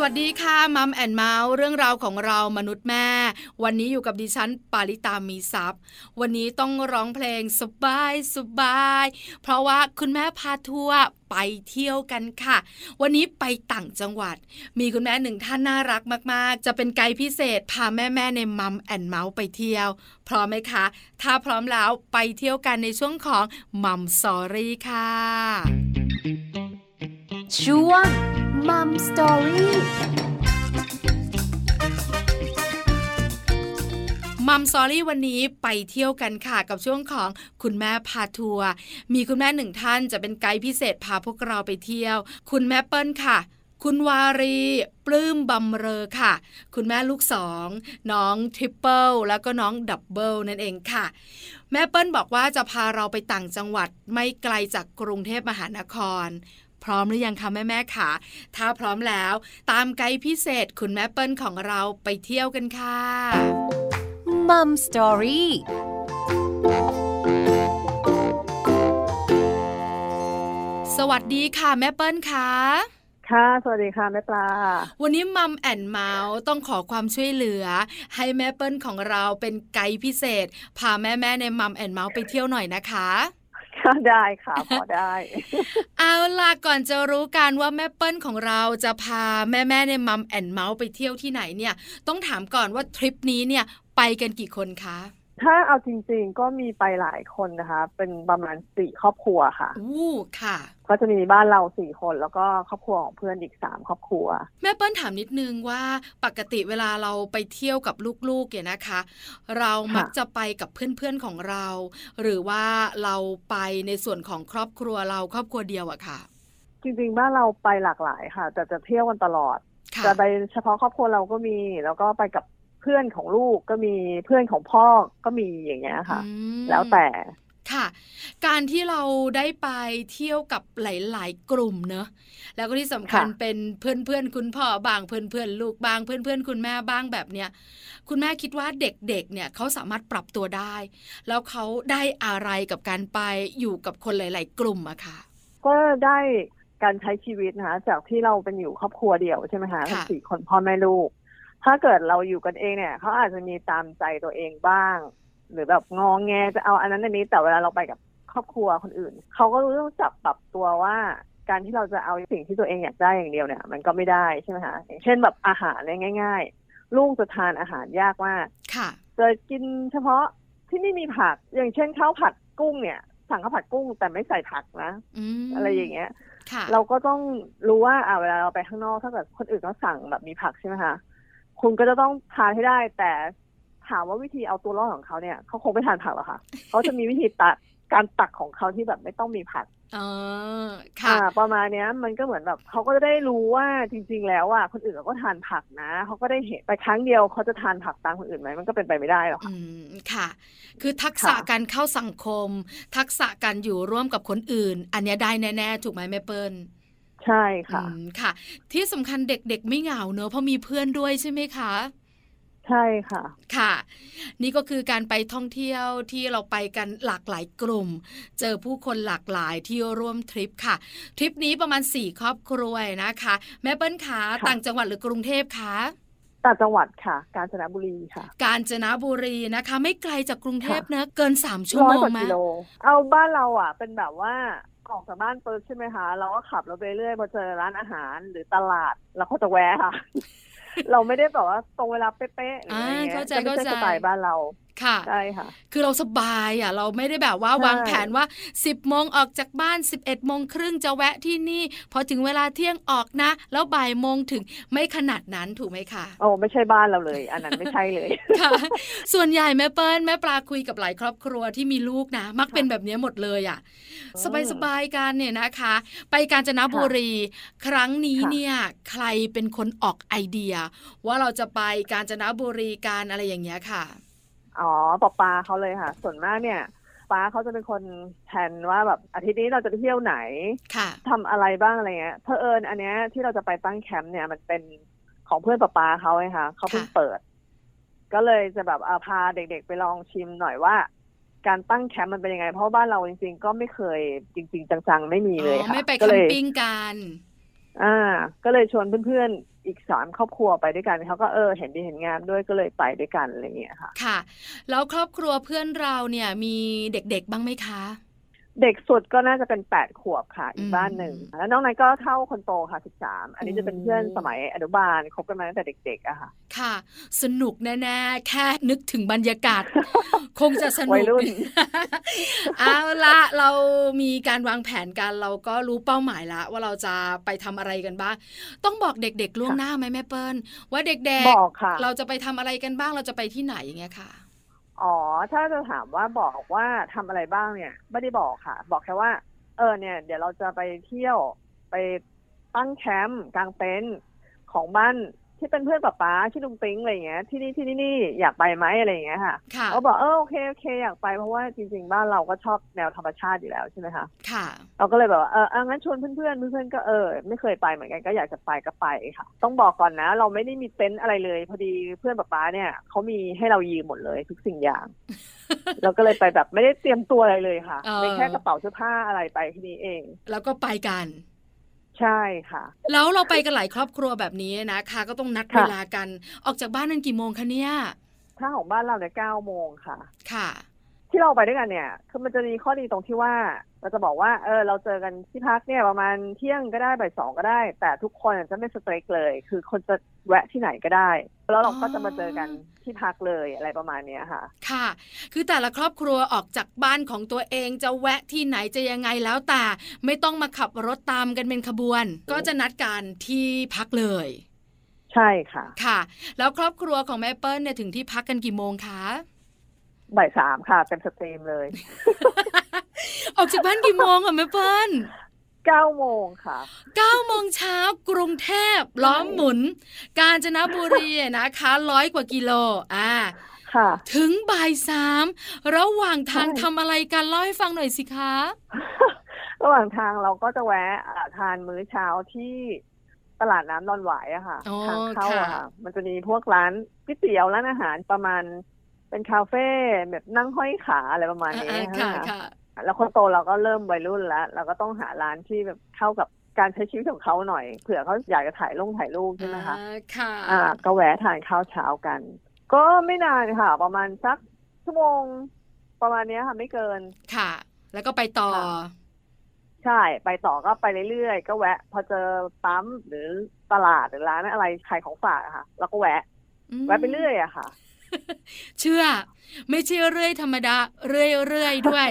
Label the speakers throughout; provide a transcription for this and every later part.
Speaker 1: สวัสดีค่ะมัมแอนเมาส์เรื่องราวของเรามนุษย์แม่ วันนี้อยู่กับดิฉันปาริตามีซัพย์ วันนี้ต้องร้องเพลงสบายสบาย เพราะว่าคุณแม่พาทัวร์ไปเที่ยวกันค่ะ วันนี้ไปต่างจังหวัด มีคุณแม่หนึ่งท่านน่ารักมาก ๆ จะเป็นไกด์พิเศษ พาแม่ ๆ ในมัมแอนเมาส์ไปเที่ยว พร้อมไหมคะ ถ้าพร้อมแล้วไปเที่ยวกันในช่วงของมัมสอรี่ค่ะ
Speaker 2: ช่วงมัมสตอรี่
Speaker 1: มัมซอรี่วันนี้ไปเที่ยวกันค่ะกับช่วงของคุณแม่พาทัวร์มีคุณแม่หนึ่งท่านจะเป็นไกด์พิเศษพาพวกเราไปเที่ยว คุณแม่เปิ้ลค่ะ คุณวารี ปลื้มบำเรอค่ะ คุณแม่ลูกสองน้องทริปเปิลแล้วก็น้องดับเบิลนั่นเองค่ะ แม่เปิ้ลบอกว่าจะพาเราไปต่างจังหวัดไม่ไกลจากกรุงเทพมหานคร พร้อมหรือยังคะแม่แม่ๆค่ะ ถ้าพร้อมแล้วตามไกด์พิเศษ คุณแม่เปิ้ลของเราไปเที่ยวกันค่ะ
Speaker 2: มัมสตอรี่
Speaker 1: สวัสดีค่ะแม่เปิ้ลค่ะ
Speaker 3: ค่ะ สวัสดีค่ะแม่ปลา
Speaker 1: วันนี้มัมแอนเมาส์ต้องขอความช่วยเหลือ ให้แม่เปิ้ลของเราเป็นไกด์พิเศษ พาแม่แม่ๆในมัมแอนเมาส์ไปเที่ยวหน่อยนะคะ
Speaker 3: ค่ะได้ค่ะ พอได้
Speaker 1: เอาล่ะก่อนจะรู้กันว่าแม่เปิ้ลของเราจะพาแม่แม่ๆในมัมแอนเมาส์ไปเที่ยวที่ไหนเนี่ย ต้องถามก่อนว่าทริปนี้เนี่ยไปกันกี่คนคะ
Speaker 3: ถ้าเอาจริงๆ ก็มีไปหลายคนนะคะ เป็นประมาณสี่ครอบครัวค่ะ
Speaker 1: อู้ค่ะ
Speaker 3: ก็จะมีบ้านเราสี่คนแล้วก็ครอบครัวของเพื่อนอีกสามครอบครัว
Speaker 1: แม่เปิ้ลถามนิดนึงว่าปกติเวลาเราไปเที่ยวกับลูกๆเนี่ยนะคะ เรามักจะไปกับเพื่อนๆของเรา หรือว่าเราไปในส่วนของครอบครัวเราครอบครัวเดียวอะค่ะ
Speaker 3: จริงๆ บ้านเราไปหลากหลายค่ะ แต่จะเที่ยวกันตลอด
Speaker 1: ค่ะ
Speaker 3: จะไปเฉพาะครอบครัวเราก็มี แล้วก็ไปกับเพื่อนของลูกก็มี เพื่อนของพ่อก็มีอย่างเงี้ยค่ะ
Speaker 1: อืม
Speaker 3: แล้วแต่
Speaker 1: ค่ะ การที่เราได้ไปเที่ยวกับหลายๆกลุ่มเนอะแล้วก็ที่สำคัญ
Speaker 3: ค่ะ
Speaker 1: เป็นเพื่อนๆคุณพ่อบางเพื่อนๆลูกบางเพื่อนๆคุณแม่บ้างแบบเนี้ยคุณแม่คิดว่าเด็กๆเนี่ยเขาสามารถปรับตัวได้ แล้วเขาได้อะไรกับการไปอยู่กับคนหลาย ๆ กลุ่มอะค่ะ
Speaker 3: ก็ได้การใช้ชีวิตนะคะจากที่เราเป็นอยู่ครอบครัวเดียวใช่ไหมคะ
Speaker 1: ค่ะ
Speaker 3: สี่คนพ่อแม่ลูก ถ้าเกิดเราอยู่กันเองเนี่ยเขาอาจจะมีตามใจตัวเองบ้าง หรือแบบงองแงจะเอาอันนั้นอันนี้แต่เวลาเราไปกับครอบครัวคนอื่นเขาก็รู้ต้องจับปรับตัวว่า การที่เราจะเอาสิ่งที่ตัวเองอยากได้อย่างเดียวเนี่ย มันก็ไม่ได้ใช่ไหมคะอย่างเช่นแบบอาหารเนี่ยง่าย ๆ ลูกจะทานอาหารยากมาก
Speaker 1: ค่ะ
Speaker 3: จะกินเฉพาะที่ไม่มีผักอย่างเช่นข้าวผัดกุ้งเนี่ย สั่งข้าวผัดกุ้งแต่ไม่ใส่ผักนะ
Speaker 1: อืม
Speaker 3: อะไรอย่างเงี้ย
Speaker 1: ค่ะ
Speaker 3: เราก็ต้องรู้ว่าอ่าเวลาเราไปข้างนอกถ้าเกิดคนอื่นเขาสั่งแบบมีผักใช่ไหมคะคุณก็จะต้องทานให้ได้ แต่ถามว่าวิธีเอาตัวรอดของเขาเนี่ยเขาคงไม่ทานผักหรอกค่ะเขาจะมีวิธีตักการตักของเขาที่แบบไม่ต้องมีผัก
Speaker 1: เออค่ะ
Speaker 3: อ่าประมาณเนี้ย มันก็เหมือนแบบเขาก็จะได้รู้ว่าจริง ๆ แล้วอ่ะคนอื่นเขาก็ทานผักนะเขาก็ได้เห็นไปครั้งเดียวเขาจะทานผักตามคนอื่นไหมมันก็เป็นไปไม่ได้หรอกค่ะ
Speaker 1: อืมค่ะ คือทักษะ
Speaker 3: ค่ะ
Speaker 1: การเข้าสังคม ทักษะการอยู่ร่วมกับคนอื่น อันเนี้ยได้แน่ๆ ถูกไหมแม่เปิ้ล
Speaker 3: ใช่ค่ะ
Speaker 1: อืมค่ะ ที่สำคัญเด็กๆไม่เหงาเนอะเพราะมีเพื่อนด้วยใช่ไหมคะ
Speaker 3: ใช่ค่ะ
Speaker 1: ค่ะ นี่ก็คือการไปท่องเที่ยวที่เราไปกันหลากหลายกลุ่ม เจอผู้คนหลากหลายที่ร่วมทริปค่ะ ทริปนี้ประมาณ 4 ครอบครัวนะคะ แม่เปิ้ลคะ
Speaker 3: ค่ะ
Speaker 1: ต่างจังหวัดหรือกรุงเทพคะ
Speaker 3: ต่างจังหวัดค่ะ กาญจนบุรีค่ะ
Speaker 1: กาญจนบุรีนะคะ ไม่ไกลจากกรุงเทพ
Speaker 3: ค่ะ
Speaker 1: เนอะเกิน 3 ชั่ว
Speaker 3: ร้อ
Speaker 1: โม
Speaker 3: ย
Speaker 1: ง
Speaker 3: กว่า
Speaker 1: ไหม
Speaker 3: กิโล เอาบ้านเราอ่ะ เป็นแบบว่าออกจากบ้านปุ๊บใช่ไหมคะ เราก็ขับรถไปเรื่อยมาเจอร้านอาหารหรือตลาดเราก็จะแวะ ค่ะ เราไม่ได้แบบว่าตรงเวลาเป๊ะๆหรืออะไร
Speaker 1: า
Speaker 3: เงี้ย
Speaker 1: เข้าใจ
Speaker 3: ไม่
Speaker 1: เข้าใจ
Speaker 3: ใช่สไตล์บ้านเรา
Speaker 1: ค่ะ
Speaker 3: ใช่ค่ะ
Speaker 1: คือเราสบายอ่ะ เราไม่ได้แบบว่า
Speaker 3: ใช่
Speaker 1: วางแผนว่า 10โมงออกจากบ้าน 11โมงครึ่งจะแวะที่นี่ พอถึงเวลาเที่ยงออกนะ แล้วบ่ายโมงถึงไม่ขนาดนั้นถูกไหมคะ
Speaker 3: โอ้ไม่ใช่บ้านเราเลย อันนั้นไม่ใช่เลย
Speaker 1: ค่ะ ส่วนใหญ่แม่เปิ้ลแม่ปลาคุยกับหลายครอบครัวที่มีลูกนะ มักเป็นแบบเนี้ยหมดเลยอ่ะ
Speaker 3: อื
Speaker 1: สบาย
Speaker 3: ม
Speaker 1: สบายๆกันเนี่ยนะคะ ไปกาญจนบุรี ครั้งนี้
Speaker 3: ค่ะ
Speaker 1: เนี่ย ใครเป็นคนออกไอเดีย ว่าเราจะไปกาญจนบุรีกันอะไรอย่างเงี้ยค่ะ
Speaker 3: อ๋อปอปลาเขาเลยค่ะ ส่วนมากเนี่ยป้าเขาจะเป็นคนแทนว่าแบบอาทิตย์นี้เราจะไปเที่ยวไหน
Speaker 1: ค่ะ
Speaker 3: ทำอะไรบ้างอะไรเงี้ยเพอเอิญอันเนี้ยที่เราจะไปตั้งแคมป์เนี่ยมันเป็นของเพื่อนป้าปาเขาไงคะเขาเพิ่ง
Speaker 1: ค่ะ
Speaker 3: เปิด ก็เลยจะแบบเอาพาเด็กๆไปลองชิมหน่อยว่า การตั้งแคมป์มันเป็นยังไง เพราะบ้านเราจริง ๆ ก็ไม่เคยจริง ๆ จังๆ ไม่มีเลย
Speaker 1: อ๋อ
Speaker 3: ค่ะ
Speaker 1: ไม่ไป
Speaker 3: ก็
Speaker 1: แคั
Speaker 3: เล
Speaker 1: ม
Speaker 3: ย
Speaker 1: ปิ้งกัน
Speaker 3: อ่า ก็เลยชวนเพื่อนๆ อีกสามครอบครัวไปด้วยกันเขาก็เออเห็นดีเห็นงามด้วยก็เลยไปด้วยกันอะไรอย่างเงี้ยค่ะ
Speaker 1: ค่ะ แล้วครอบครัวเพื่อนเราเนี่ยมีเด็กๆบ้างไหมคะ
Speaker 3: เด็กสุดก็น่าจะเป็นแปดขวบค่ะ อี
Speaker 1: อื
Speaker 3: ก
Speaker 1: ม
Speaker 3: บ้านหนึ่งแล้วน้องนายก็เท่าคนโตค่ะสิบสามอันนี้
Speaker 1: โอ้
Speaker 3: จะเป็นเพื่อนสมัยอนุบาลคบกันมาตั้งแต่เด็กๆอะค่ะ
Speaker 1: ค่ะ สนุกแน่ๆ แค่นึกถึงบรรยากาศ คงจะสนุก
Speaker 3: วัยรุ่น
Speaker 1: เอาละเรามีการวางแผนกันเราก็รู้เป้าหมายละว่าเราจะไปทำอะไรกันบ้าง ต้องบอกเด็กๆล่วงหน้าไหมแม่เปิ้ลว่าเด็ก
Speaker 3: บอกค่ะ
Speaker 1: ๆ เราจะไปทำอะไรกันบ้างเราจะไปที่ไหนอย่างเงี้ยค่ะ
Speaker 3: อ๋อ ถ้าจะถามว่าบอกว่าทำอะไรบ้างเนี่ย ไม่ได้บอกค่ะ บอกแค่ว่า เออเนี่ย เดี๋ยวเราจะไปเที่ยวไปตั้งแคมป์กลางเต็นท์ของบ้านที่เป็นเพื่อนป๊าป๊าที่อลุงปิ๊งอะไรอย่างเงี้ยที่นี่ที่นี่นี่อยากไปไหมอะไรอย่างเงี้ยค่ะ
Speaker 1: ค่ะ
Speaker 3: เขาบอกเออโอเคโอเคอยากไปเพราะว่าจริงๆ บ้านเราก็ชอบแนวธรรมชาติอยู่แล้วใช่ไหมคะ
Speaker 1: ค่ะ
Speaker 3: เราก็เลยแบบว่าเออเอางั้นชวนเพื่อนๆเพื่อนๆก็เออไม่เคยไปเหมือนกันก็อยากจะไปก็ไปค่ะ ต้องบอกก่อนนะ เราไม่ได้มีเต็นท์อะไรเลย พอดีเพื่อนป๊าป๊าเนี่ยเขามีให้เรายืมหมดเลยทุกสิ่งอย่าง เราก็เลยไปแบบไม่ได้เตรียมตัวอะไรเลยค่ะ
Speaker 1: เออ
Speaker 3: เป็นแค่กระเป๋าเสื้อผ้าอะไรไปแค่นี้เอง
Speaker 1: แล้วก็ไปกัน
Speaker 3: ใช่ค่ะ
Speaker 1: แล้วเราไปกันหลายครอบครัวแบบนี้นะคะก็ต้องนัด
Speaker 3: ค่ะ
Speaker 1: เวลากัน ออกจากบ้านนั้นกี่โมงคะเนี่ย
Speaker 3: ถ้าของบ้านเราเนี่ยเก้าโมงค่ะ
Speaker 1: ค่ะ
Speaker 3: ที่เราไปด้วยกันเนี่ยคือมันจะมีข้อดีตรงที่ว่า เราจะบอกว่า เออ เราเจอกันที่พักเนี่ยประมาณเที่ยงก็ได้บ่ายสองก็ได้ แต่ทุกคนจะไม่สเตรกเลย คือคนจะแวะที่ไหนก็ได้ แล้วเราก็จะมาเจอกันที่พักเลยอะไรประมาณเนี้ยค่ะ
Speaker 1: ค่ะ คือแต่ละครอบครัวออกจากบ้านของตัวเองจะแวะที่ไหนจะยังไงแล้วแต่ไม่ต้องมาขับรถตามกันเป็นขบวน ก็จะนัดกันที่พักเลย
Speaker 3: ใช่ค่ะ
Speaker 1: ค่ะ แล้วครอบครัวของแม่เปิ้ลเนี่ยถึงที่พักกันกี่โมงคะ
Speaker 3: บ่ายสามค่ะเป็นสตรีมเลย
Speaker 1: ออกจากบ้านกี่โมงอะแม่เปิ้ล
Speaker 3: เก้าโมงค่ะ
Speaker 1: เก้าโมงเช้ากรุงเทพล้อมหมุน กาญจนบุรีอะนะคะร้อยกว่ากิโลอ่า
Speaker 3: ค่ะ
Speaker 1: ถึงบ่ายสามระหว่างทาง
Speaker 3: ใช่
Speaker 1: ทำอะไรกันเล่าให้ฟังหน่อยสิคะ
Speaker 3: ระหว่างทางเราก็จะแวะอ่าทานมื้อเช้าที่ตลาดน้ำดอนหวายอะค่ะ
Speaker 1: อ๋อ
Speaker 3: ทางเข้าอะ
Speaker 1: ค่ะ
Speaker 3: ค่ะ มันจะมีพวกร้านก๋วยเตี๋ยวร้านอาหารประมาณ เป็นคาเฟ่แบบนั่งห้อยขาอะไรประมาณนี้
Speaker 1: อ่าๆค่ะ
Speaker 3: น
Speaker 1: ค่ะ
Speaker 3: แล้วคนโตเราก็เริ่มวัยรุ่นแล้วเราก็ต้องหาร้านที่แบบเข้ากับการใช้ชีวิตของเขาหน่อยเผื่อเขาอยากจะถ่ายลงถ่ายรูปใช่ไหมคะ
Speaker 1: อ่าค่ะ
Speaker 3: อ่า ก็แวะทานข้าวเช้ากัน ก็ไม่นานค่ะ ประมาณสักชั่วโมง ประมาณเนี้ยค่ะ ไม่เกิน
Speaker 1: ค่ะ แล้วก็ไปต่อ
Speaker 3: ค่ะ ใช่ ไปต่อก็ไปเรื่อยๆ ก็แวะ พอเจอปั๊มหรือตลาดหรือร้านอะไรขายของฝากอะค่ะ แล้วก็แวะ
Speaker 1: อืม
Speaker 3: แวะไปเรื่อยอะค่ะ
Speaker 1: เชื่อ ไม่เชื่อเรื่อยธรรมดา เรื่อยเรื่อยๆด้วย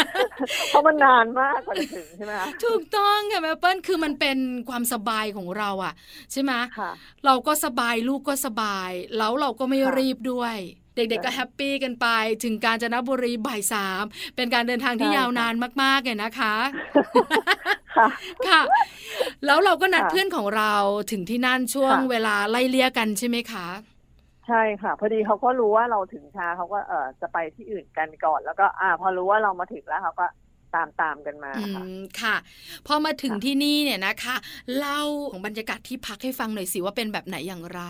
Speaker 3: เพราะมันนานมากกว่าจะถึงใช่ไหมคะ
Speaker 1: ถูกต้องค่ะแม่เปิ้ลคือมันเป็นความสบายของเราอะใช่ไหม
Speaker 3: ค่ะ
Speaker 1: เราก็สบายลูกก็สบาย แล้วเราก็ไม่
Speaker 3: ค่ะ
Speaker 1: รีบด้วย เด็กๆก็
Speaker 3: ใช่
Speaker 1: แฮปปี้กันไป ถึงกาญจนบุรีบ่ายสามเป็นการเดินทางที่
Speaker 3: ใช่
Speaker 1: ยาว
Speaker 3: ค่ะ
Speaker 1: นานมากๆเลยนะคะ
Speaker 3: ค่ะ
Speaker 1: ค่ะ แล้วเราก็นัด
Speaker 3: ค่ะ
Speaker 1: เพื่อนของเราถึงที่นั่นช่วง
Speaker 3: ค่ะ
Speaker 1: เวลาไล่เลี่ยกันใช่ไหมคะ
Speaker 3: ใช่ค่ะ พอดีเขาก็รู้ว่าเราถึงช้าเขาก็เออจะไปที่อื่นกันก่อน แล้วก็ อ่า พอรู้ว่าเรามาถึงแล้วเขาก็ตามตามๆกันมา
Speaker 1: อื
Speaker 3: ค่ะ
Speaker 1: มค่ะ พอมาถึง
Speaker 3: ค่ะ
Speaker 1: ที่นี่เนี่ยนะคะเล่าของบรรยากาศที่พักให้ฟังหน่อยสิว่าเป็นแบบไหนอย่างไร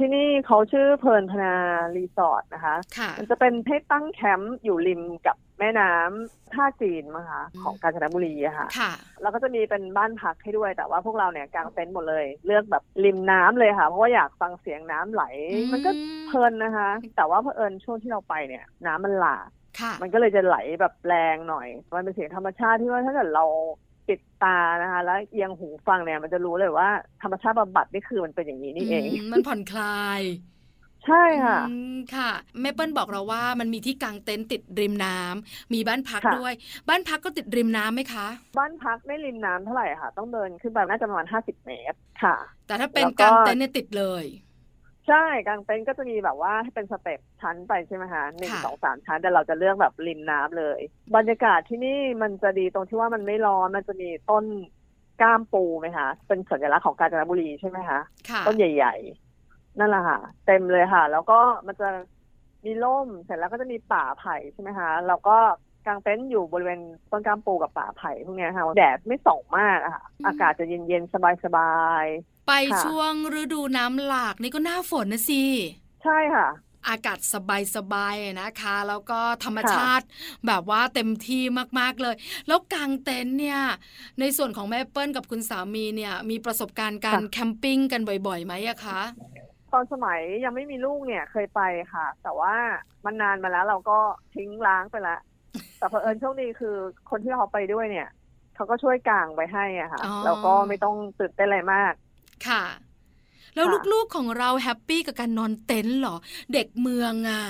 Speaker 3: ที่นี่เขาชื่อเพลินพนารีสอร์ทนะคะ
Speaker 1: ค่ะ
Speaker 3: มันจะเป็นให้ตั้งแคมป์อยู่ริมกับแม่น้ำท่าจีนมั้งคะของกาญจนบุรีอะค่ะ
Speaker 1: ค่ะ
Speaker 3: แล้วก็จะมีเป็นบ้านพักให้ด้วยแต่ว่าพวกเราเนี่ยกางเต็นท์หมดเลย เลือกแบบริมน้ำเลยค่ะ เพราะว่าอยากฟังเสียงน้ำไหล
Speaker 1: อืม
Speaker 3: มันก็เพลินนะคะ แต่ว่าเพอเอิญช่วงที่เราไปเนี่ย น้ำมันหลาก
Speaker 1: ค่ะ
Speaker 3: มันก็เลยจะไหลแบบแรงหน่อย มันเป็นเสียงธรรมชาติที่ว่าถ้าเกิดเราปิดตานะคะ แล้วเอียงหูฟังเนี่ยมันจะรู้เลยว่าธรรมชาติบำบัดนี่คือมันเป็นอย่างนี้นี่เอง
Speaker 1: มมันผ่อนคลาย
Speaker 3: ใช่ค่ะ
Speaker 1: อืมค่ะแม่เปิ้ลบอกเราว่ามันมีที่กางเต็นท์ติดริมน้ำมีบ้านพัก
Speaker 3: ค่ะ
Speaker 1: ด้วย บ้านพักก็ติดริมน้ำไหมคะ
Speaker 3: บ้านพักไม่ริมน้ำเท่าไหร่ค่ะ ต้องเดินขึ้นไปน่าจะประมาณห้าสิบเมตรค่ะ
Speaker 1: แต่ถ้าเป็น
Speaker 3: แล้วก็
Speaker 1: กางเต็นท์เนี่ยติดเลย
Speaker 3: ใช่กางเต็นท์ก็จะมีแบบว่าให้เป็นสเต็ปชั้นไปใช่ไหมคะหนึ่ง
Speaker 1: ค่ะ
Speaker 3: สองสามชั้นแต่เราจะเลือกแบบริมน้ำเลย บรรยากาศที่นี่มันจะดีตรงที่ว่ามันไม่ร้อนมันจะมีต้นกล้ามปูไหมคะเป็นสัญลักษณ์ของกาญจนบุรีใช่ไหมคะ
Speaker 1: ค่ะ
Speaker 3: ต้นใหญ่ ๆ นั่นแหละค่ะ เต็มเลยค่ะ แล้วก็มันจะมีร่มเสร็จแล้วก็จะมีป่าไผ่ใช่ไหมคะแล้วก็กางเต็นท์อยู่บริเวณต้นกล้ามปูกับป่าไผ่พวกเนี้ยค่ะแดดไม่ส่องมากอะค่ะ อากาศจะเย็นๆสบาย
Speaker 1: ไป
Speaker 3: ค่ะ
Speaker 1: ช่วงฤดูน้ำหลากนี่ก็หน้าฝนนะสิ
Speaker 3: ๆใช่ค่ะ
Speaker 1: อากาศสบายๆนะคะ แล้วก็ธรรมชาติแบบว่าเต็มที่มากๆเลย แล้วกางเต็นท์เนี่ย ในส่วนของแม่เปิ้ลกับคุณสามีเนี่ย มีประสบการณ์การ
Speaker 3: ค่ะ
Speaker 1: แคมปิ้งกันบ่อยๆไหมอะคะ
Speaker 3: ตอนสมัยยังไม่มีลูกเนี่ยเคยไปค่ะ แต่ว่ามันนานมาแล้วเราก็ทิ้งล้างไปละ แต่เผอิญโชคดีคือคนที่เขาไปด้วยเนี่ย เขาก็ช่วยกางไว้ให้อะค่ะ
Speaker 1: อ๋อ
Speaker 3: แล้วก็ไม่ต้องตื่นเต้นอะไรมาก
Speaker 1: ค่ะ แล้ว
Speaker 3: ค่ะ
Speaker 1: ลูกๆของเราแฮปปี้กับการนอนเต็นท์เหรอ เด็กเมืองอะ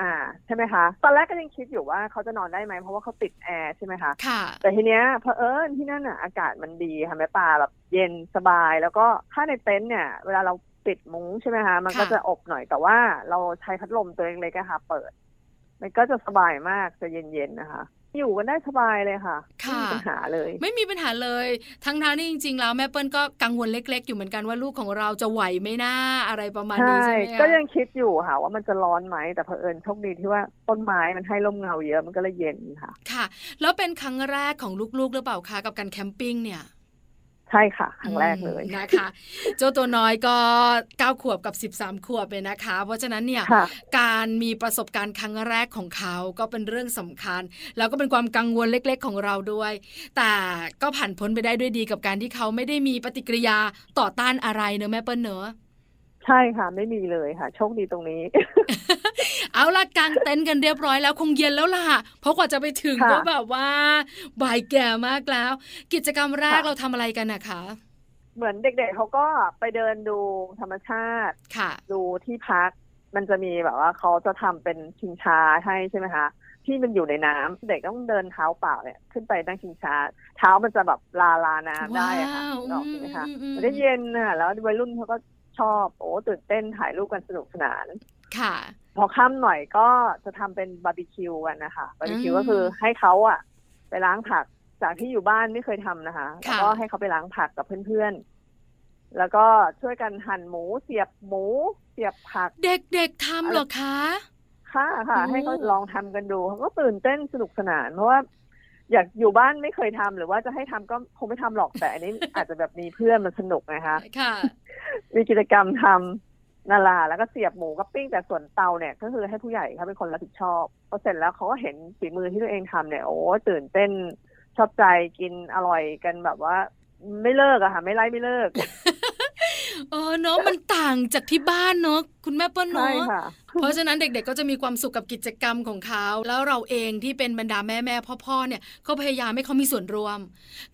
Speaker 3: อ่าใช่ไหมคะตอนแรกก็ยังคิดอยู่ว่าเขาจะนอนได้ไหมเพราะว่าเขาติดแอร์ใช่ไหมคะ
Speaker 1: ค่ะ
Speaker 3: แต่ทีเนี้ยเผอิญที่นั่นอ่ะอากาศมันดีค่ะแม่ปลาแบบเย็นสบาย แล้วก็ถ้าในเต็นท์เนี่ย เวลาเราปิดมุ้งใช่ไหมคะมันก็
Speaker 1: ค่ะ
Speaker 3: จะอบหน่อยแต่ว่าเราใช้พัดลมตัวเองเลยก็ค่ะเปิด มันก็จะสบายมากจะเย็นๆนะคะ อยู่กันได้สบายเลยค่ะไม่มีปัญหาเลย
Speaker 1: ไม่มีปัญหาเลย ทั้งทางที่จริง ๆ แล้วแม่เปิ้ลก็กังวลเล็ก ๆ อยู่เหมือนกันว่าลูกของเราจะไหวไหมนะอะไรประมาณนี้ใช่ไหมคะ
Speaker 3: ก็ยังคิดอยู่ค่ะ ว่ามันจะร้อนไหมแต่เผอิญโชคดีที่ว่าต้นไม้มันให้ร่มเงาเยอะมันก็เลยเย็นค่ะ
Speaker 1: ค่ะ แล้วเป็นครั้งแรกของลูกๆหรือเปล่าคะกับการแคมปิ้งเนี่ย
Speaker 3: ใช่ค่ะครั้งแรกเลย
Speaker 1: อืมนะคะ เจ้าตัวน้อยก็9ขวบกับ 13 ขวบเลยนะคะ เพราะฉะนั้นเนี่ย
Speaker 3: ค่ะ
Speaker 1: การมีประสบการณ์ครั้งแรกของเขาก็เป็นเรื่องสำคัญ แล้วก็เป็นความกังวลเล็ก ๆ ของเราด้วย แต่ก็ผ่านพ้นไปได้ด้วยดีกับการที่เขาไม่ได้มีปฏิกิริยาต่อต้านอะไรเนอะแม่เปิ้ลเนอะ
Speaker 3: ใช่ค่ะ ไม่มีเลยค่ะ โชคดีตรงนี้
Speaker 1: เอาละกางเต็นท์กันเรียบร้อยแล้วคงเย็นแล้วล่ะ เพราะกว่าจะไปถึง
Speaker 3: ค่ะ
Speaker 1: ก็แบบว่าบ่ายแก่มากแล้ว กิจกรรมแรกเราทำอะไรกันนะคะ
Speaker 3: เหมือนเด็กๆเขาก็ไปเดินดูธรรมชาติ
Speaker 1: ค่ะ
Speaker 3: ดูที่พักมันจะมีแบบว่าเขาจะทำเป็นชิงช้าให้ใช่ไหมคะที่มันอยู่ในน้ำเด็กต้องเดินเท้าเปล่าเนี่ยขึ้นไปนั่งชิงช้า เท้ามันจะแบบลาลาน้ำได้อะค่ะ
Speaker 1: ว้าว
Speaker 3: นึกออกใช่ไหมคะ
Speaker 1: อืมอืมอืม
Speaker 3: มันจะเย็นอ่ะแล้ววัยรุ่นเขาก็ชอบโอ้ตื่นเต้นถ่ายรูปกันสนุกสนาน
Speaker 1: ค่ะ
Speaker 3: พอค่ำหน่อยก็จะทำเป็นบาร์บีคิวกันนะคะบาร์บีคิว
Speaker 1: อืม
Speaker 3: ก็คือให้เขาอะไปล้างผักจากที่อยู่บ้านไม่เคยทำนะคะ
Speaker 1: ค่ะ
Speaker 3: แล้วก็ให้เขาไปล้างผักกับเพื่อนๆ แล้วก็ช่วยกันหั่นหมูเสียบหมูเสียบผัก
Speaker 1: เด็กๆทำเหรอคะ
Speaker 3: ค่ะค่ะ
Speaker 1: อืม
Speaker 3: ให้เขาลองทำกันดูเขาก็ตื่นเต้นสนุกสนาน เพราะว่า อยากอยู่บ้านไม่เคยทำหรือว่าจะให้ทำก็คงไม่ทำหรอกแต่อันนี้ อาจจะแบบมีเพื่อนมันสนุกนะคะ
Speaker 1: ค่ะ
Speaker 3: มีกิจกรรมทำนาลาแล้วก็เสียบหมูกับปิ้งแต่ส่วนเตาเนี่ย ก็คือให้ผู้ใหญ่เขาเป็นคนรับผิดชอบพอเสร็จแล้วเขาก็เห็นฝีมือที่ตัวเองทำเนี่ยโอ้ตื่นเต้นชอบใจกินอร่อยกันแบบว่า ไม่เลิกอะค่ะ ไม่ไล่ไม่เลิก
Speaker 1: เออเนอะมันต่างจากที่บ้านเนอะคุณแม่เปิ้ลเน
Speaker 3: ใช่
Speaker 1: อะ
Speaker 3: ค่ะ
Speaker 1: เพราะฉะนั้นเด็กๆ ก็จะมีความสุขกับกิจกรรมของเขา แล้วเราเองที่เป็นบรรดาแม่แม่พ่อพ่อๆเนี่ยก็พยายามให้เขามีส่วนร่วม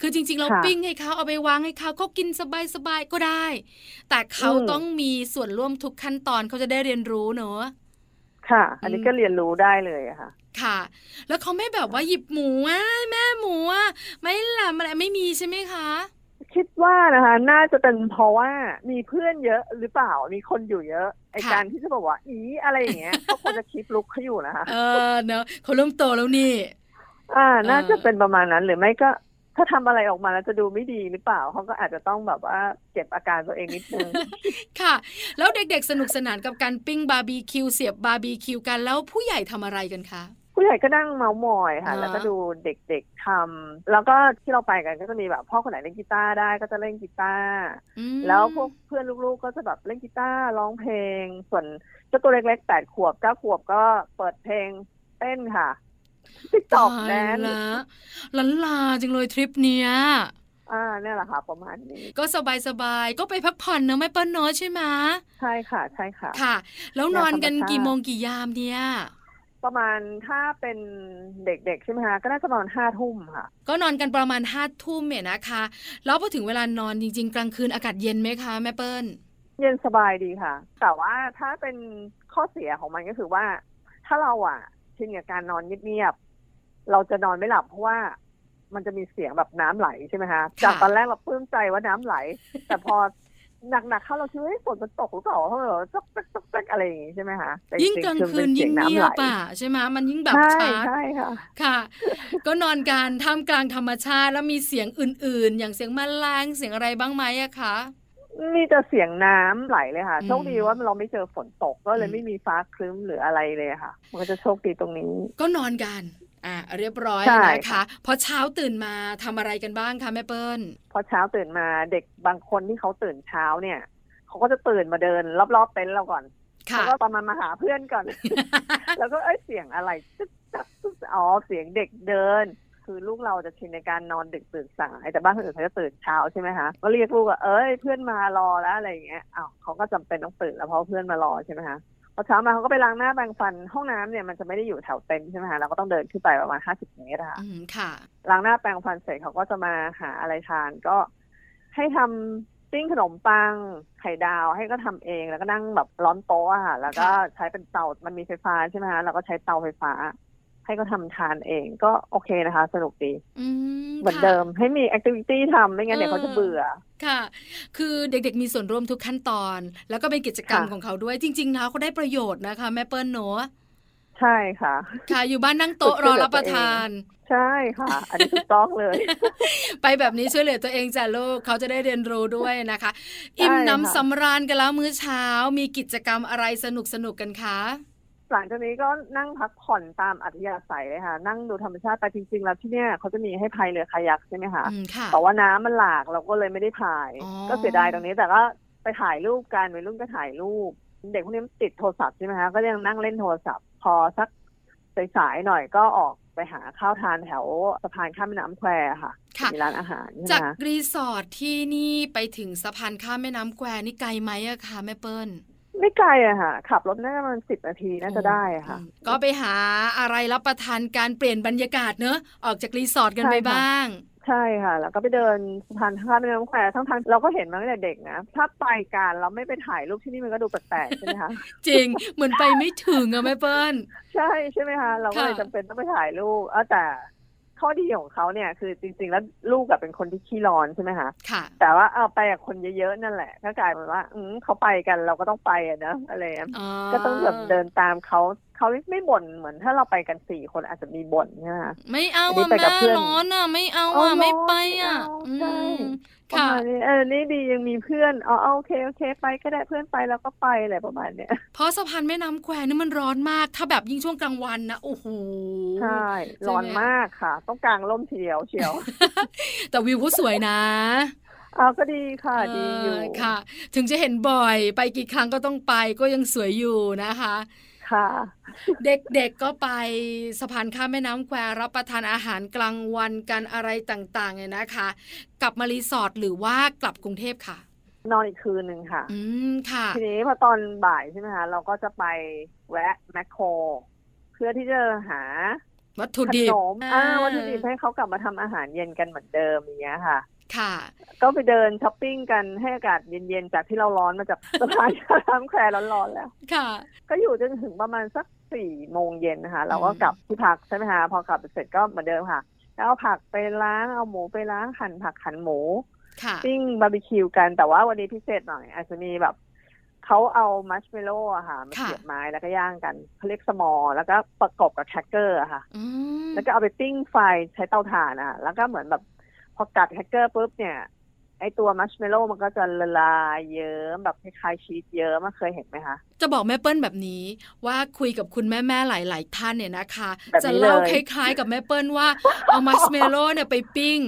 Speaker 1: คือจริงๆ เรา
Speaker 3: ค่ะ
Speaker 1: ปิ้งให้เขาเอาไปวางให้เขาเขากินสบายๆ ก็ได้ แต่เขา
Speaker 3: อืม
Speaker 1: ต้องมีส่วนร่วมทุกขั้นตอนเขาจะได้เรียนรู้เนอะ
Speaker 3: ค่ะ อันนี้ก็เรียนรู้ได้เลยอะค่ะ
Speaker 1: ค่ะ แล้วเขาไม่แบบว่าหยิบหมูอ่ะแม่หมูอ่ะไม่หล่ะมันไม่มีใช่ไหมคะ
Speaker 3: คิดว่านะคะ น่าจะเป็นเพราะว่ามีเพื่อนเยอะหรือเปล่ามีคนอยู่เยอะไอ
Speaker 1: ค่ะ
Speaker 3: การที่จะบอกว่า อีอะไรอย่างเงี้ยเขาควรจะคิดลุกเขาอยู่นะคะ
Speaker 1: เออเนอะเขาเริ่มโตแล้วนี่
Speaker 3: อ่า น่า
Speaker 1: เออ
Speaker 3: จะเป็นประมาณนั้นหรือไม่ก็ ถ้าทำอะไรออกมาแล้วจะดูไม่ดีหรือเปล่าเขาก็อาจจะต้องแบบว่าเก็บอาการตัวเองนิดนึ ง
Speaker 1: ค่ะ แล้วเด็กๆ สนุกสนานกับการปิ้งบาร์บีคิวเสียบบาร์บีคิวกันแล้วผู้ใหญ่ทำอะไรกันคะ
Speaker 3: ผู้ใหญ่ก็นั่งเมาส์มอยค่ะ
Speaker 1: อ่า
Speaker 3: แล้วก็ดูเด็กๆทำแล้วก็ที่เราไปกันก็จะมีแบบพ่อคนไหนเล่นกีตาร์ได้ก็จะเล่นกีตาร์
Speaker 1: อืม
Speaker 3: แล้วพวกเพื่อนลูกๆก็จะแบบเล่นกีตาร์ร้องเพลง ส่วนเจ้าตัวเล็กๆแปดขวบเก้าขวบก็เปิดเพลงเต้นค่ะติ๊กตอกแด
Speaker 1: ตาย
Speaker 3: น
Speaker 1: ละลันลาจังเลยทริปเนี้ย
Speaker 3: อ่าเนี่ยแหละค่ะ ประมาณนี้
Speaker 1: ก็สบายสบายๆก็ไปพักผ่อนเนอะไม่เปิ้ลเนอะใช่ไหมะ
Speaker 3: ใช่ค่ะ ใช่ค่ะ
Speaker 1: ค่ะ แล้วนอนกัน
Speaker 3: ธรรมชาติ
Speaker 1: กี่โมงกี่ยามเนี่ย
Speaker 3: ประมาณถ้าเป็นเด็กๆใช่ไหมคะก็น่าจะประมาณห้าทุ่มค่ะ
Speaker 1: ก็นอนกันประมาณห้าทุ่มเนี่ยนะคะ แล้วพอถึงเวลานอนจริง ๆ กลางคืนอากาศเย็นไหมคะแม่เปิ้ล
Speaker 3: เย็นสบายดีค่ะ แต่ว่าถ้าเป็นข้อเสียของมันก็คือว่า ถ้าเราอ่ะชินกับการนอนเงียบๆเราจะนอนไม่หลับเพราะว่ามันจะมีเสียงแบบน้ำไหลใช่ไหมคะ
Speaker 1: ค่ะ
Speaker 3: จากตอนแรกเราปลื้มใจว่าน้ำไหล แต่พอหนักๆเข้าเราคิดว่าเฮ้ยฝนมันตกหรือเปล่าเพราะมันแบบจ๊อกแจ๊กจ๊อกแจ๊กอะไรอย่างงี้ใช่ไหมคะแต่จริ
Speaker 1: ยิ่งกลาง
Speaker 3: ๆ
Speaker 1: คื
Speaker 3: มัน เป็
Speaker 1: ยิ่ง
Speaker 3: สีำ
Speaker 1: เงีย
Speaker 3: ไหล
Speaker 1: บอ่ะใช่ไหมะมันยิ่งแบบ
Speaker 3: ใช่
Speaker 1: ชัด
Speaker 3: ใช่ค่ะ
Speaker 1: ค่ะ ก็นอนกันท่ามกลางธรรมชาติแล้วมีเสียงอื่นๆ อย่างเสียงแมลงเสียงอะไรบ้างไหมอะคะ
Speaker 3: มีแต่เสียงน้ำไหลเลยค่ะ
Speaker 1: อืม
Speaker 3: โชคดีว่าเราไม่เจอฝนตกก็เล
Speaker 1: อื
Speaker 3: ย
Speaker 1: ม
Speaker 3: ไม่มีฟ้าครึ้มหรืออะไรเลยค่ะ มันก็จะโชคดีตรงนี้
Speaker 1: ก็นอนกัน อ่า เรียบร้อย
Speaker 3: ใช่
Speaker 1: นะ
Speaker 3: ค่ะ
Speaker 1: คะ พอเช้าตื่นมาทำอะไรกันบ้างคะแม่เปิ้ล
Speaker 3: พอเช้าตื่นมาเด็กบางคนที่เขาตื่นเช้าเนี่ยเขาก็จะตื่นมาเดินรอบๆเต็นท์เราก่อน
Speaker 1: ค่ะ
Speaker 3: เขาก็ตอนมันมาหาเพื่อน ก่อน แล้วก็เอ้ยเสียงอะไรจึ๊กจักจึ๊กจักอ๋อเสียงเด็กเดิน คือลูกเราจะชินในการนอนดึกตื่นสายแต่บ้านคนอื่นเขาจะตื่นเช้าใช่ไหมคะก็เรียกลูกว่าเอ้ยเพื่อนมารอแล้วอะไรอย่างเงี้ยอ้าวเขาก็จำเป็นต้องตื่นแล้วเพราะเพื่อนมารอใช่ไหมคะพอเช้ามาเขาก็ไปล้างหน้าแปรงฟันห้องน้ำเนี่ยมันจะไม่ได้อยู่แถวเต็นท์ใช่ไหมคะเราก็ต้องเดินขึ้นไปประมาณห้าสิบเมตรอะค่ะ
Speaker 1: อืมค่ะ
Speaker 3: ล้างหน้าแปรงฟันเสร็จเขาก็จะมาหาอะไรทานก็ให้ทำปิ้งขนมปังไข่ดาวให้ก็ทำเองแล้วก็นั่งแบบร้อนโต๊ะอะค่ะแล้วก็
Speaker 1: ค่ะ
Speaker 3: ใช้เป็นเตา มันมีไฟฟ้าใช่ไหมคะเราก็ใช้เตาไฟฟ้า ให้ก็ทำทานเองก็โอเคนะคะ สนุกดี
Speaker 1: อืม
Speaker 3: เหมือน
Speaker 1: ค่ะ
Speaker 3: เดิมให้มีแอคทิวิตี้ทำไม่งั้นเดี๋ยว
Speaker 1: เออ
Speaker 3: เขาจะเบื่อ
Speaker 1: ค่ะ คือเด็กๆมีส่วนร่วมทุกขั้นตอน แล้วก็เป็นกิจกรรม
Speaker 3: ค่ะ
Speaker 1: ของเขาด้วย จริงๆนะเขาได้ประโยชน์นะคะแม่เปิ้ลเนอะ
Speaker 3: ใช่ค่ะ
Speaker 1: ค่ะ อยู่บ้านนั่งโต๊ะรอรับประทาน
Speaker 3: ใช่ค่ะ อันนี้ถูกต้องเลย
Speaker 1: ไปแบบนี้ช่วยเหลือตัวเองจ้ะลูกเขาจะได้เรียนรู้ด้วยนะคะ อิ่ม
Speaker 3: ใช่ค่ะ
Speaker 1: น้ำสำราญกันแล้วมื้อเช้า มีกิจกรรมอะไรสนุกๆกันคะ
Speaker 3: หลังจากนี้ก็นั่งพักผ่อนตามอัธยาศัยเลยค่ะ นั่งดูธรรมชาติแต่จริงๆแล้วที่เนี่ยเขาจะมีให้พายเรือคายักใช่ไหมคะ
Speaker 1: อืมค่ะ
Speaker 3: แต่ว่าน้ำมันหลากเราก็เลยไม่ได้ถ่าย
Speaker 1: อ๋อ
Speaker 3: ก็เสียดายตรงนี้แต่ก็ไปถ่ายรูปกันวัยรุ่นก็ถ่ายรูป เด็กพวกนี้มันติดโทรศัพท์ใช่ไหมคะก็ยังนั่งเล่นโทรศัพท์ พอสักสายๆหน่อยก็ออกไปหาข้าวทานแถวสะพานข้ามแม่น้ำแควค่ะ
Speaker 1: ค่ะ
Speaker 3: มีร้านอาหารใช่
Speaker 1: จาก
Speaker 3: ไหมคะ
Speaker 1: รีสอร์ทที่นี่ไปถึงสะพานข้ามแม่น้ำแควนี่ไกลไหมอะคะแม่เปิ้ล
Speaker 3: ไม่ไกลอะค่ะ ขับรถน่าจะประมันสิบนาทีน่าจะได้อะค่ะ
Speaker 1: อืมก็ไปหาอะไรรับประทานการเปลี่ยนบรรยากาศเนอะออกจากรีสอร์ทกัน
Speaker 3: ใช่
Speaker 1: ไป
Speaker 3: ค่ะ
Speaker 1: บ้าง
Speaker 3: ใช่ค่ะ แล้วก็ไปเดินสะพานข้ามแม่น้ำแควทั้งทางๆเราก็เห็นมาตั้งแต่เด็กนะถ้าไปการเราไม่ไปถ่ายรูปที่นี่มันก็ดูแปลกๆใช่ไหมคะ
Speaker 1: จริง เหมือนไปไม่ถึงอะแม่เปิ้ล
Speaker 3: ใช่ใช่ไหมคะเราก็เลย
Speaker 1: ค่ะ
Speaker 3: จำเป็นต้องไปถ่ายรูปเออแต่ข้อดีของเขาเนี่ยคือจริง ๆ แล้วลูกกับเป็นคนที่ขี้ร้อนใช่ไหมคะ
Speaker 1: ค่ะ
Speaker 3: แต่ว่าเอาไปกับคนเยอะๆนั่นแหละก็กลายเป็นว่า อืมเขาไปกันเราก็ต้องไปอะนะอะไรอย่างเงี้ย
Speaker 1: อ๋อ
Speaker 3: ก็ต้องแบบเดินตามเขาเขาไม่บ่นเหมือนถ้าเราไปกันสี่คนอาจจะมีบ่นใช่ไหมคะ
Speaker 1: ไม่เอา
Speaker 3: อันนี้
Speaker 1: อะ
Speaker 3: ไป
Speaker 1: แม่
Speaker 3: กับเพื่อน
Speaker 1: ร้อนอะไม่เอาอะ
Speaker 3: เอาร้อน
Speaker 1: ไม่ไปอะ
Speaker 3: ไม่เอา
Speaker 1: อืม
Speaker 3: ใช่ ประ
Speaker 1: ค่ะ
Speaker 3: มาณนี้เออนี่ดียังมีเพื่อนอ๋อโอเคโอเค ไปก็ได้เพื่อนไปแล้วก็ไปอะไรประมาณเนี้ย
Speaker 1: เพราะสะพานแม่น้ำแควนี่มันร้อนมาก ถ้าแบบยิ่งช่วงกลางวันนะโอ้โห
Speaker 3: ใช่ร้อนมากค่ะ ต้องกางร่มทีเดียวเชี ยว
Speaker 1: แต่วิวก็สวยนะ
Speaker 3: เอาก็ดี ค่ะ ดีอยู่
Speaker 1: เออค่ะ ถึงจะเห็นบ่อยไปกี่ครั้งก็ต้องไปก็ยังสวยอยู่นะคะ
Speaker 3: ค่ะ
Speaker 1: เด็กๆก็ไปสะพานข้ามแม่น้ำแควรับประทานอาหารกลางวันกันอะไรต่างๆเนี่ยนะคะ กลับมารีสอร์ทหรือว่ากลับกรุงเทพค่ะ
Speaker 3: นอนอีกคืนหนึ่งค่ะ
Speaker 1: อืมค่ะ
Speaker 3: ทีนี้พอตอนบ่ายใช่ไหมคะเราก็จะไปแวะแมคโคร เพื่อที่จะหา
Speaker 1: วัตถุ
Speaker 3: ข
Speaker 1: ดิบ
Speaker 3: นมอ่าวัตถุดิบให้เขากลับมาทำอาหารเย็นกันเหมือนเดิมอย่างเงี้ยค่ะ
Speaker 1: ค่ะ
Speaker 3: ก็ไปเดินช้อปปิ้งกันให้อากาศเย็นๆจากที่เราร้อนมาจาก สะพานข้ามแควร้อนๆแล้ว
Speaker 1: ค่ะ
Speaker 3: ก็อยู่จนถึงประมาณสักสี่โมงเย็นนะคะเราก็กลับที่พักใช่ไหมคะพอกลับเสร็จก็เหมือนเดิมค่ะแล้วเอาผักไปล้างเอาหมูไปล้างหั่นผักหั่นหมู
Speaker 1: ค่ะ
Speaker 3: ปิ้งบาร์บีคิวกันแต่ว่าวันนี้พิเศษหน่อย อาจจะมีแบบเขาเอามัชเมลโล่อะค่ะมา
Speaker 1: ค่ะ
Speaker 3: เสียบไม้แล้วก็ย่างกันเขาเรียกสมอลแล้วก็ประกบกับแครกเกอร์อะค่ะ
Speaker 1: อืม
Speaker 3: แล้วก็เอาไปปิ้งไฟใช้เตาถ่านอะแล้วก็เหมือนแบบพอกัดแครกเกอร์ปุ๊บเนี่ย ไอตัวมัชเมลโล่มันก็จะละลายเยิ้มแบบคล้ายๆชีสเยิ้มอะเคยเห็นไหมคะ
Speaker 1: จะบอกแม่เปิ้ลแบบนี้ ว่าคุยกับคุณแม่แม่ๆหลาย ๆ ท่านเนี่ยนะคะ
Speaker 3: แบบนี้
Speaker 1: จะเล่า
Speaker 3: เล
Speaker 1: ค
Speaker 3: ย
Speaker 1: ล้าย ๆ กับแม่เปิ้ล ว่า เอามัชเมลโล่เนี่ยไปปิ้ง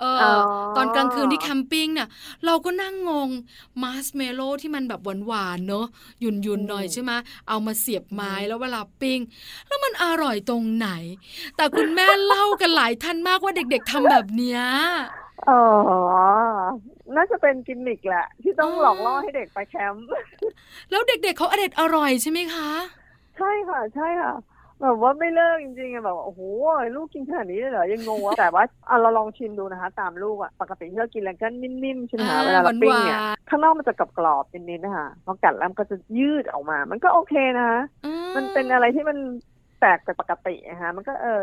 Speaker 1: เอออ
Speaker 3: อ
Speaker 1: ตอนกลางคืนที่แคมปิ้งเนี่ยเราก็นั่งงงมัชเมลโล่ที่มันแบบหวานๆเนอะหยุ่นๆหน่อยใช่ไหมเอามาเสียบไม้แล้วเวลาปิ้ง แล้วมันอร่อยตรงไหน แต่คุณแม่เล่ากันหลายท่านมากว่าเด็ก ๆทำแบบเนี้ย
Speaker 3: อ๋อน่าจะเป็นกิมมิกแหละ ที่ต้อง
Speaker 1: อ๋อ
Speaker 3: หลอกล่อให้เด็กไปแคมป์
Speaker 1: แล้วเด็ก ๆเขาอเด็ดอร่อยใช่ไหมคะ
Speaker 3: ใช่ค่ะ ใช่ค่ะ แบบว่าไม่เลิกจริงๆอะแบบว่าโอ้โหลูกกินขนาดนี้เลยเหรอยังงงวะ แต่ว่าเอาเราลองชิมดูนะคะ ตามลูกอะปกติที่เรากินแล้วก็นิ่มๆใช่ไหมคะ
Speaker 1: อ่า
Speaker 3: เวลาเราปิ้งเนี่ย
Speaker 1: หวาน
Speaker 3: ข้างนอกมันจะกรอบๆเป็นนิดๆนะคะพอกัดแล้วมันก็จะยืดออกมา มันก็โอเคนะคะ
Speaker 1: อื
Speaker 3: มันเป็นอะไรที่มันแปลกจากปกตินะคะมันก็เออ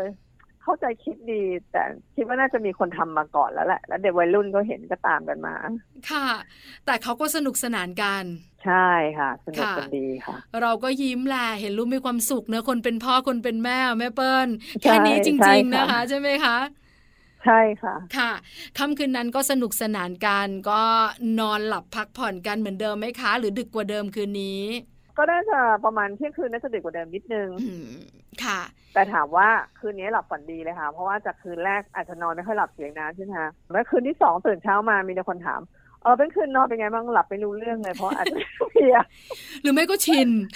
Speaker 3: เข้าใจคิดดี แต่คิดว่าน่าจะมีคนทำมาก่อนแล้วแหละแล้วเด็กวัยรุ่นก็เห็นก็ตามกันมา
Speaker 1: ค่ะ แต่เขาก็สนุกสนานกัน
Speaker 3: ใช่ค่ะสนุกกัน
Speaker 1: ค่ะ
Speaker 3: ดีค่ะ
Speaker 1: เราก็ยิ้มแหละเห็นลูกมีความสุขเนอะคนเป็นพ่อคนเป็นแม่แม่เปิ้ล
Speaker 3: ใช่
Speaker 1: แค่นี้จ
Speaker 3: ใช่
Speaker 1: ริงๆ
Speaker 3: ค่ะ
Speaker 1: นะคะ ใช่ไหมคะ
Speaker 3: ใช่ค่ะ
Speaker 1: ค่ะค่ำคืนนั้นก็สนุกสนานกันก็นอนหลับพักผ่อนกันเหมือนเดิมไหมคะ หรือดึกกว่าเดิมคืนนี้
Speaker 3: ก็น่าจะประมาณเที่ยงคืนน่าจะดึกกว่าเดิมนิดนึง
Speaker 1: อืมค่ะ
Speaker 3: แต่ถามว่าคืนนี้หลับฝันดีเลยค่ะ เพราะว่าจากคืนแรกอาจจะนอนไม่ค่อยหลับเสียงน้ำใช่ไหมคะแล้วคืนที่สองตื่นเช้ามามีแต่คนถาม เออเป็นคืนนอนเป็นไงบ้างหลับไม่รู้เรื่องเลยเพราะอาจจะ เพลีย
Speaker 1: หรือไม่ก็ชิน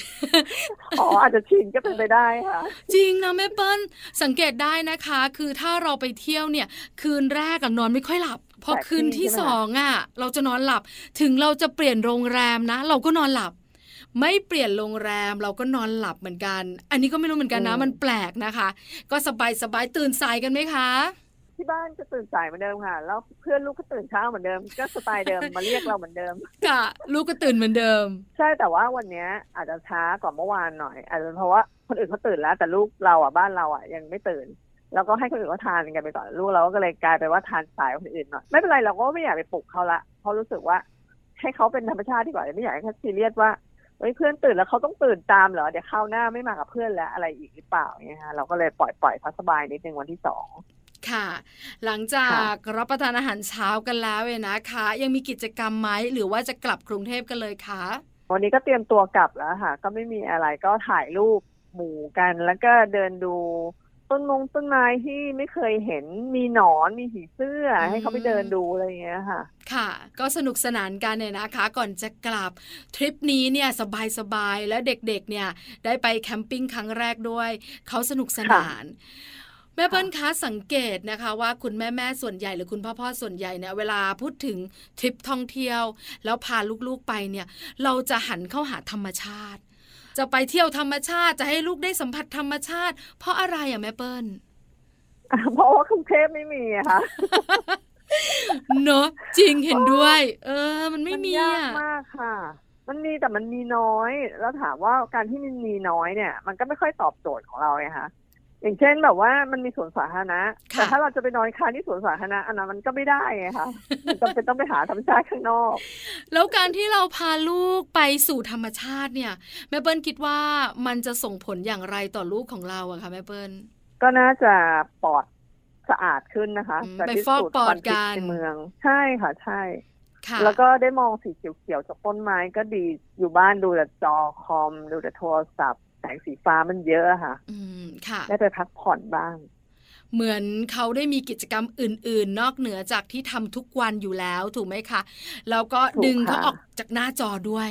Speaker 3: อ๋ออาจจะชินก็เป็นไปได้ค่ะ
Speaker 1: จริงนะแม่เปิ้ลสังเกตได้นะคะ คือถ้าเราไปเที่ยวเนี่ย คืนแรกอะนอนไม่ค่อยหลับ พอ
Speaker 3: แบบ
Speaker 1: คืนที่
Speaker 3: จริงใช่ไหม
Speaker 1: สองอะเราจะนอนหลับ ถึงเราจะเปลี่ยนโรงแรมนะ เราก็นอนหลับ ไม่เปลี่ยนโรงแรมเราก็นอนหลับเหมือนกัน อันนี้ก็ไม่รู้เหมือนกันนะ มันแปลกนะคะ ก็สบายสบายๆตื่นสายกันไหมคะ
Speaker 3: ที่บ้านก็ตื่นสายเหมือนเดิมค่ะ แล้วเพื่อนลูกก็ตื่นเช้าเหมือนเดิม ก็สไตล์เดิมมาเรียกเราเหมือนเดิม
Speaker 1: กะลูกก็ตื่นเหมือนเดิม
Speaker 3: ใช่แต่ว่าวันเนี้ยอาจจะช้ากว่าเมื่อวานหน่อย อาจจะเพราะว่าคนอื่นเขาตื่นแล้ว แต่ลูกเราอ่ะบ้านเราอ่ะยังไม่ตื่น แล้วก็ให้คนอื่นเขาทานกันไปก่อนลูกเราก็เลยกลายไปนว่าทานสายกว่าคนอื่นหน่อยไม่เป็นไรเราก็ไม่อยากไปปลุกเขาละเพราะรู้สึกว่าให้เขาเป็นธรรมชาติดีกว่าไม่อยากให้เขาซีเรียสว่าเฮ้ยเพื่อนตื่นแล้วเขาต้องตื่นตามเหรอเดี๋ยวเข้าวหน้าไม่มากับเพื่อนแล้วอะไรอีกหรือเปล่าเนี่ยฮะเราก็เลยปล่อยปล่อยเขาสบายนิดนึงวันที่สอง
Speaker 1: ค่ะ หลังจากรับประทานอาหารเช้ากันแล้วเนี่ยนะคะ ยังมีกิจกรรมไหมหรือว่าจะกลับกรุงเทพกันเลยคะ
Speaker 3: วันนี้ก็เตรียมตัวกลับแล้วค่ะ ก็ไม่มีอะไรก็ถ่ายรูปหมู่กัน แล้วก็เดินดูต้นมงต้นไม้ที่ไม่เคยเห็นมีหนอนมีผีเสื้ออ
Speaker 1: ม
Speaker 3: ให้เขาไปเดินดูอะไรอย่างเงี้ยค่ะ
Speaker 1: ค่ะ ก็สนุกสนานกันเนี่ยนะคะ ก่อนจะกลับทริปนี้เนี่ยสบายๆ แล้วเด็กๆ เนี่ยได้ไปแคมปิ้งครั้งแรกด้วย เขาสนุกสนาน แม่เปิ้ลคะสังเกตนะคะว่าคุณแม่แม่ๆส่วนใหญ่หรือคุณพ่อพ่อๆส่วนใหญ่เนี่ยเวลาพูดถึงทริปท่องเที่ยว แล้วพาลูกๆไปเนี่ย เราจะหันเข้าหาธรรมชาติ จะไปเที่ยวธรรมชาติจะให้ลูกได้สัมผัสธรรมชาติ เพราะอะไรอะแม่เปิ้ล
Speaker 3: เพราะว่ากรุงเทพไม่มีอะค่ะ
Speaker 1: เนอะจริงเห็นด้วย เออ มันไม่มี
Speaker 3: นยาก
Speaker 1: อะ
Speaker 3: มากค่ะ มันมีแต่มันมีน้อย แล้วถามว่าการที่มันมีน้อยเนี่ย มันก็ไม่ค่อยตอบโจทย์ของเราไงคะอย่างเช่นแบบว่ามันมีสวนสาธารณะ
Speaker 1: ค่ะ
Speaker 3: แต่ถ้าเราจะไปนอนค้างที่สวนสาธารณะอันนั้นมันก็ไม่ได้ไง คะมันจำเป็นต้องไปหาธรรมชาติข้างนอก
Speaker 1: แล้วการที่เราพาลูกไปสู่ธรรมชาติเนี่ยแม่เปิ้ลคิดว่ามันจะส่งผลอย่างไรต่อลูกของเราอะคะแม่เปิ้ล
Speaker 3: ก็น่าจะปอดสะอาดขึ้นนะคะ
Speaker 1: อืม
Speaker 3: จาก
Speaker 1: ไป
Speaker 3: ที่
Speaker 1: ฟอก
Speaker 3: สูด
Speaker 1: ปอด
Speaker 3: ควัพิษ
Speaker 1: กัน
Speaker 3: ในเมือง ใช่ค่ะ ใช่
Speaker 1: ค่ะ
Speaker 3: แล้วก็ได้มองสีเขียวๆจากต้นไม้ก็ดีอยู่บ้านดูแต่จอคอม ดูแต่โทรศัพท์ แสงสีฟ้ามันเยอะอะค่ะ
Speaker 1: อืมค่ะ
Speaker 3: ได้ไปพักผ่อนบ้าง
Speaker 1: เหมือนเขาได้มีกิจกรรมอื่น ๆ นอกเหนือจากที่ทำทุกวันอยู่แล้วถูกไหมคะแล้วก็
Speaker 3: ถูก
Speaker 1: ดึงเขา
Speaker 3: ค่ะ
Speaker 1: ออกจากหน้าจอด้วย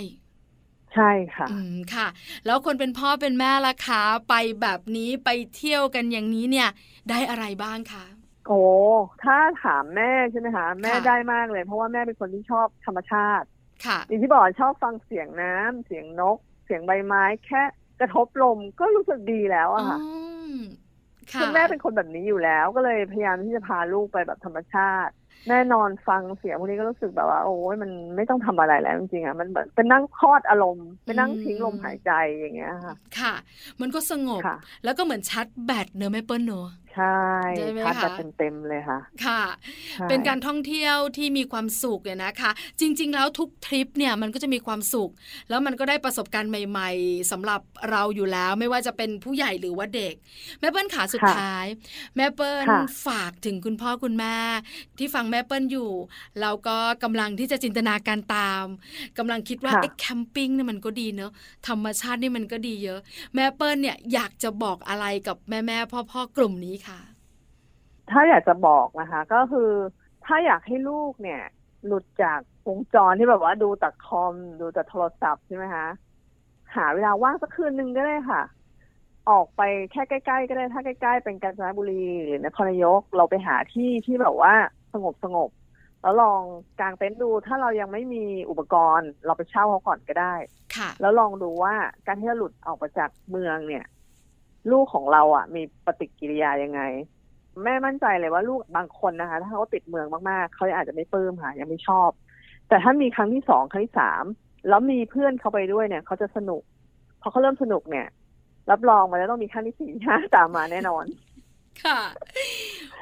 Speaker 3: ใช่ค่ะ
Speaker 1: อืมค่ะ แล้วคนเป็นพ่อเป็นแม่ล่ะคะไปแบบนี้ไปเที่ยวกันอย่างนี้เนี่ย ได้อะไรบ้างคะ
Speaker 3: โอ้ถ้าถามแม่ใช่ไหมคะแม่
Speaker 1: ค่ะ
Speaker 3: ได้มากเลย เพราะว่าแม่เป็นคนที่ชอบธรรมชาติ
Speaker 1: ค่ะ
Speaker 3: อย่างที่บอกชอบฟังเสียงน้ำเสียงนก เสียงใบไม้ แค่กระทบลมก็รู้สึกดีแล้ว
Speaker 1: อื
Speaker 3: อะค่ะ
Speaker 1: มค่ะ
Speaker 3: คุณแม่เป็นคนแบบนี้อยู่แล้ว ก็เลยพยายามที่จะพาลูกไปแบบธรรมชาติ แน่นอนฟังเสียงพวกนี้ก็รู้สึกแบบว่า โอ้ยมันไม่ต้องทำอะไรแล้วจริงๆอ่ะมันเหมือนเป็นนั่งคลอดอารมณ์เป็นนั่งทิ้งลมหายใจอย่างเงี้ยค่ะ
Speaker 1: ค่ะ มันก็สงบ
Speaker 3: ค่ะ
Speaker 1: แล้วก็เหมือนชัดแบตเนอะแม่เปิ้ลเนอะ
Speaker 3: ใช่
Speaker 1: ใช่ไหม
Speaker 3: คัดแบบ
Speaker 1: คะ
Speaker 3: เต็มๆเลยค่ะ
Speaker 1: ค่ะ
Speaker 3: ใช่
Speaker 1: เป็นการท่องเที่ยวที่มีความสุขเนี่ยนะคะ จริง ๆ แล้วทุกทริปเนี่ยมันก็จะมีความสุข แล้วมันก็ได้ประสบการณ์ใหม่ ๆสำหรับเราอยู่แล้ว ไม่ว่าจะเป็นผู้ใหญ่หรือว่าเด็ก แม่เปิ้ลขาสุด
Speaker 3: ค่ะ
Speaker 1: ท้าย แม่เปิ้ล
Speaker 3: ค่ะ
Speaker 1: ฝากถึงคุณพ่อคุณแม่ ที่ฟังแม่เปิ้ลอยู่แล้วก็กำลังที่จะจินตนาการตามกำลังคิดว่า
Speaker 3: ค่ะ
Speaker 1: ไอ้แคมปิ้งเนี่ยมันก็ดีเนอะธรรมชาตินี่มันก็ดีเยอะ แม่เปิ้ลเนี่ยอยากจะบอกอะไรกับแม่แม่พ่อพ่อๆกลุ่มนี้ค่ะ
Speaker 3: ถ้าอยากจะบอกนะคะ ก็คือถ้าอยากให้ลูกเนี่ย หลุดจากวงจรที่แบบว่าดูแต่คอม ดูแต่โทรศัพท์ใช่ไหมคะหาเวลาว่างสักคืนหนึ่งก็ได้ค่ะ ออกไปแค่ใกล้ๆก็ได้ถ้าใกล้ๆ เป็นกาญจนบุรีหรือนครนายกเราไปหาที่ที่แบบว่าสงบสงบๆแล้วลองกางเต็นท์ดูถ้าเรายังไม่มีอุปกรณ์ เราไปเช่าเขาก่อนก็ได้
Speaker 1: ค่ะ
Speaker 3: แล้วลองดูว่าการที่เราหลุดออกมาจากเมืองเนี่ย ลูกของเราอ่ะ มีปฏิกิริยายังไง แม่มั่นใจเลยว่าลูกบางคนนะคะ ถ้าเขาติดเมืองมากๆเขาอาจจะไม่ปลื้มค่ะยังไม่ชอบ แต่ถ้ามีครั้งที่สองครั้งที่สามแล้วมีเพื่อนเขาไปด้วยเนี่ยเขาจะสนุก พอเขาเริ่มสนุกเนี่ย รับรองมันจะต้องมีครั้งที่ สี่ที่ห้าตามมาแน่นอน
Speaker 1: ค่ะ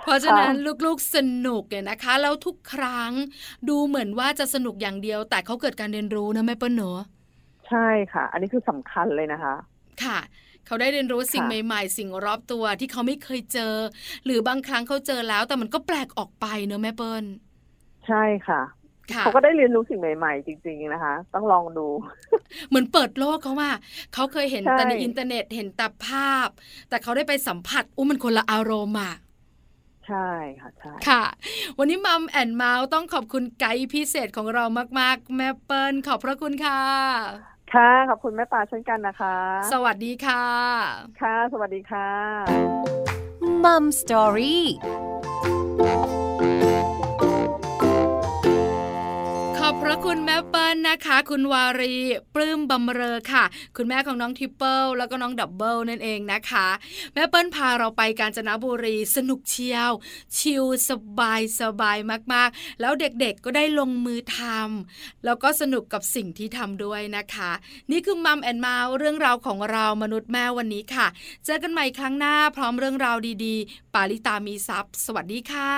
Speaker 1: เพราะฉะนั้นลูกๆสนุกเนี่ยนะคะ แล้วทุกครั้งดูเหมือนว่าจะสนุกอย่างเดียว แต่เขาเกิดการเรียนรู้นะแม่เปิ้ลเนอะ
Speaker 3: ใช่ค่ะ อันนี้คือสำคัญเลยนะคะ
Speaker 1: ค่ะ เขาได้เรียนรู้สิ่ง
Speaker 3: ค่ะ
Speaker 1: ใหม่ ๆ สิ่งรอบตัวที่เขาไม่เคยเจอ หรือบางครั้งเขาเจอแล้ว แต่มันก็แปลกออกไปเนอะแม่เปิ้ล
Speaker 3: ใช่ค่ะ
Speaker 1: ค่ะ
Speaker 3: เขาก็ได้เรียนรู้สิ่งใหม่ ๆ จริง ๆนะคะ ต้องลองดู
Speaker 1: เหมือนเปิดโลกเขาว่า เขาเคยเห็นแต่ใน
Speaker 3: ใช่
Speaker 1: อินเทอร์เน็ตเห็นแต่ภาพ แต่เขาได้ไปสัมผัสอู้มันคนละอารมณ์อ่ะ
Speaker 3: ใช่ค่ะใช่
Speaker 1: ค่ะ วันนี้มัมแอนเมาส์ต้องขอบคุณไกด์พิเศษของเรามากๆ แม่เปิลขอบพระคุณค่ะ
Speaker 3: ค่ะ ขอบคุณแม่ปลาเช่นกันนะคะ
Speaker 1: สวัสดีค่ะ
Speaker 3: ค่ะ สวัสดีค่ะ
Speaker 2: มัมสตอรี่
Speaker 1: ขอบพระคุณแม่เปิ้ลนะคะ คุณวารี ปลื้มบำเรอค่ะ คุณแม่ของน้องทริปเปิลแล้วก็น้องดับเบิลนั่นเองนะคะ แม่เปิ้ลพาเราไปกาญจนบุรีสนุกเชียว ชิลสบายสบายมากๆ แล้วเด็กๆก็ได้ลงมือทำแล้วก็สนุกกับสิ่งที่ทำด้วยนะคะ นี่คือมัมแอนเมาส์เรื่องราวของเรามนุษย์แม่วันนี้ค่ะ เจอกันใหม่ครั้งหน้าพร้อมเรื่องราวดีๆ ปาลิตามีซัพย์ สวัสดีค่ะ